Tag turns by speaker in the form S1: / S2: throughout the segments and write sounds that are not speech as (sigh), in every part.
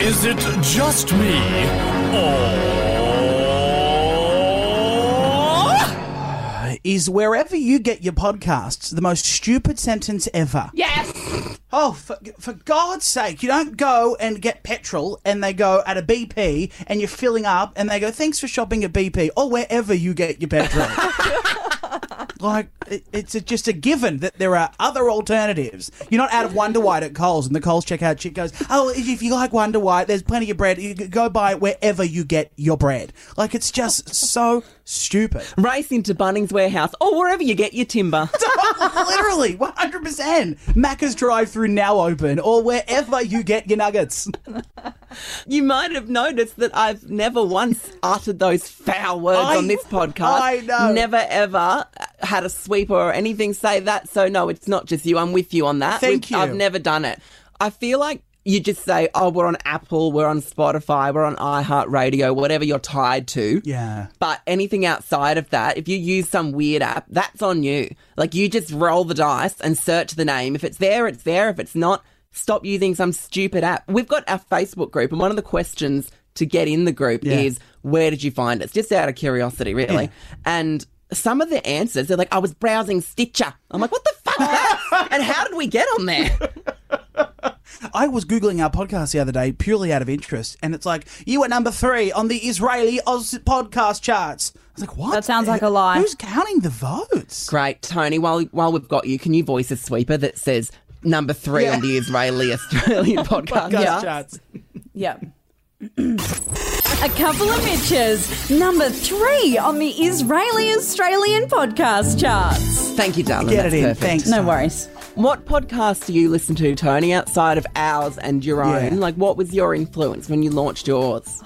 S1: Is it just me? Or
S2: Is wherever you get your podcasts, the most stupid sentence ever.
S3: Yes.
S2: Oh, for, for God's sake, you don't go and get petrol and they go at a BP and you're filling up and they go, thanks for shopping at BP or wherever you get your petrol. like, it, it's a, just a given that there are other alternatives. You're not out of Wonder White at Coles and the Coles checkout chick goes, oh, if you like Wonder White, there's plenty of bread. You can go buy it wherever you get your bread. Like, it's just so stupid.
S3: Race into Bunnings Warehouse or wherever you get your timber.
S2: (laughs) Literally, 100%. Macca's drive through now open or wherever you get your nuggets.
S3: You might have noticed that I've never once uttered those foul words
S2: I-
S3: on this podcast.
S2: I know.
S3: Never ever had a sweeper or anything say that. So no, it's not just you. I'm with you on that.
S2: Thank you.
S3: I've never done it. I feel like you just say, "Oh, we're on Apple, we're on Spotify, we're on iHeartRadio, whatever you're tied to."
S2: Yeah.
S3: But anything outside of that, if you use some weird app, that's on you. Like you just roll the dice and search the name. If it's there, it's there. If it's not, stop using some stupid app. We've got our Facebook group, and one of the questions to get in the group
S2: Yeah.
S3: is where did you find it? It's just out of curiosity, really. And some of the answers, they're like, I was browsing Stitcher. I'm like, what the fuck? is that? and how did we get on there?
S2: I was Googling our podcast the other day purely out of interest, and it's like, you were number three on the Israeli Oz podcast charts. I was like, what?
S4: That sounds like a lie.
S2: Who's counting the votes?
S3: Great, Tony. While while we've got you, can you voice a sweeper that says number three on the Israeli Australian podcast?
S2: Podcast
S3: Yeah.
S2: charts.
S4: Yep. (clears throat) A couple of Mitches, number three on the Israeli Australian podcast charts.
S3: Thank you, darling.
S2: Get
S3: That's
S2: it in.
S3: perfect.
S2: Thanks.
S4: No worries.
S3: What podcasts do you listen to, Tony, outside of ours and your
S2: Yeah.
S3: own? Like, what was your influence when you launched yours?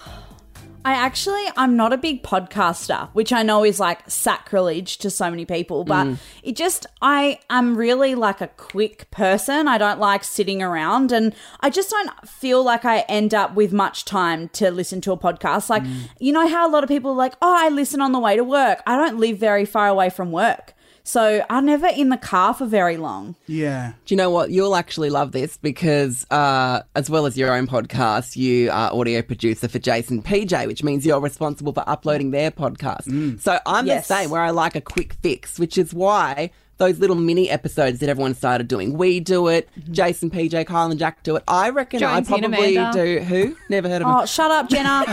S4: I actually, I'm not a big podcaster, which I know is like sacrilege to so many people, but
S2: Mm.
S4: it just, I am really like a quick person. I don't like sitting around and I just don't feel like I end up with much time to listen to a podcast. Like,
S2: Mm.
S4: you know how a lot of people are like, oh, I listen on the way to work. I don't live very far away from work. So I'm never in the car for very long.
S2: Yeah.
S3: Do you know what? You'll actually love this because, uh, as well as your own podcast, you are audio producer for Jason PJ, which means you're responsible for uploading their podcast.
S2: Mm.
S3: So I'm
S4: Yes.
S3: the same, where I like a quick fix, which is why those little mini episodes that everyone started doing. We do it,
S2: Mm-hmm.
S3: Jason PJ, Kyle and Jack do it. I reckon
S5: Jonesy
S3: I
S5: and
S3: probably
S5: Amanda.
S3: do. Who? Never heard of them.
S4: Oh, shut
S2: (laughs)
S4: up, Jenna.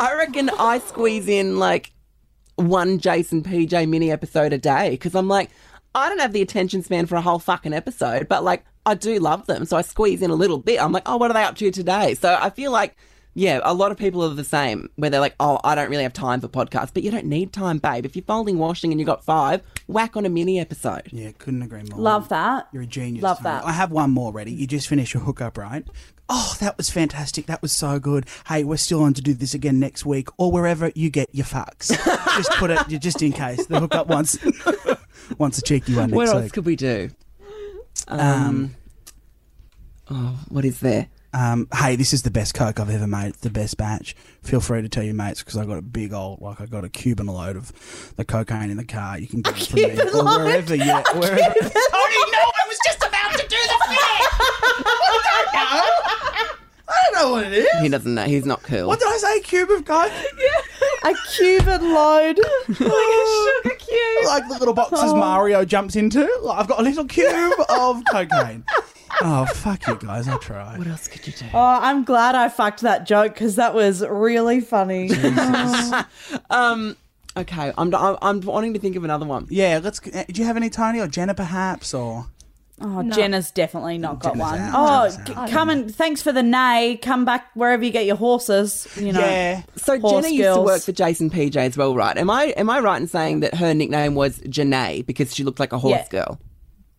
S3: I reckon I squeeze in like one Jason PJ mini episode a day because I'm like, I don't have the attention span for a whole fucking episode, but like, I do love them. So I squeeze in a little bit. I'm like, oh, what are they up to today? So I feel like, yeah, a lot of people are the same where they're like, oh, I don't really have time for podcasts, but you don't need time, babe. If you're folding washing and you got five, whack on a mini episode.
S2: Yeah, couldn't agree more.
S4: Love that.
S2: You're a genius.
S4: Love
S2: Tony.
S4: that.
S2: I have one more ready. You just finished your hookup, right? Oh, that was fantastic. That was so good. Hey, we're still on to do this again next week or wherever you get your fucks. just put it just in case. The hookup once. (laughs) once a cheeky one next
S3: what else
S2: week.
S3: could we do? Um, oh, what is there?
S2: um, hey, this is the best Coke I've ever made. It's the best batch. Feel free to tell your mates because I got a big old, like I got a Cuban load of the cocaine in the car. You can get it from me
S4: Cuban
S2: or
S4: load?
S2: wherever you. Wherever. (laughs)
S1: Tony, no, I was just about to do the thing!
S2: I don't know what it is.
S3: He doesn't know. He's not cool.
S2: What did I say? A cube of coke?
S4: a Cuban
S2: (laughs)
S4: load.
S2: like a sugar cube. Like the little boxes Mario jumps into. Like, I've got a little cube of cocaine. Oh fuck you guys! I try.
S3: what else could you do?
S4: Oh, I'm glad I fucked that joke because that was really
S2: (laughs)
S4: funny.
S3: Okay, I'm, I'm I'm wanting to think of another one.
S2: Yeah, let's. uh, Do you have any Tony or Jenna perhaps or?
S4: (laughs) Oh, Jenna's definitely not got
S2: Jenna's
S4: one.
S2: out.
S4: Oh, c- come and thanks for the nay. Come back wherever you get your horses. You know.
S2: Yeah.
S3: So
S4: Horse
S3: Jenna used to
S4: girls.
S3: work for Jason PJ as well, right? Am I am I right in saying that her nickname was Janae because she looked like a horse
S4: Yeah.
S3: girl?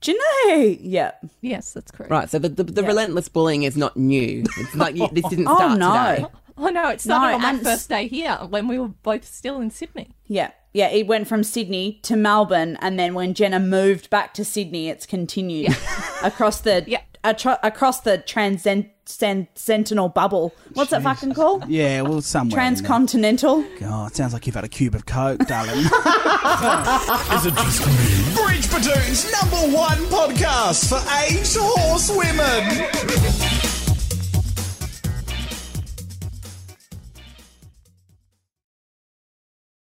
S4: Janae. Yep.
S5: Yes, that's correct.
S3: Right. So the the, the relentless bullying is not new. It's like you, this didn't start
S4: (laughs) oh no.
S3: today.
S5: Oh no, it started
S4: No,
S5: on my
S4: and-
S5: first day here when we were both still in Sydney.
S4: Yeah. Yeah. It went from Sydney to Melbourne, and then when Jenna moved back to Sydney, it's continued (laughs) across the
S5: Yeah.
S4: atro- across the transcend sen- sentinel bubble. What's that fucking called?
S2: Yeah, well, somewhere. in there.
S4: Transcontinental.
S2: God, it sounds like you've had a cube of coke, darling.
S1: Is it just me?
S2: Bridge Platoon's number one podcast for aged horse women.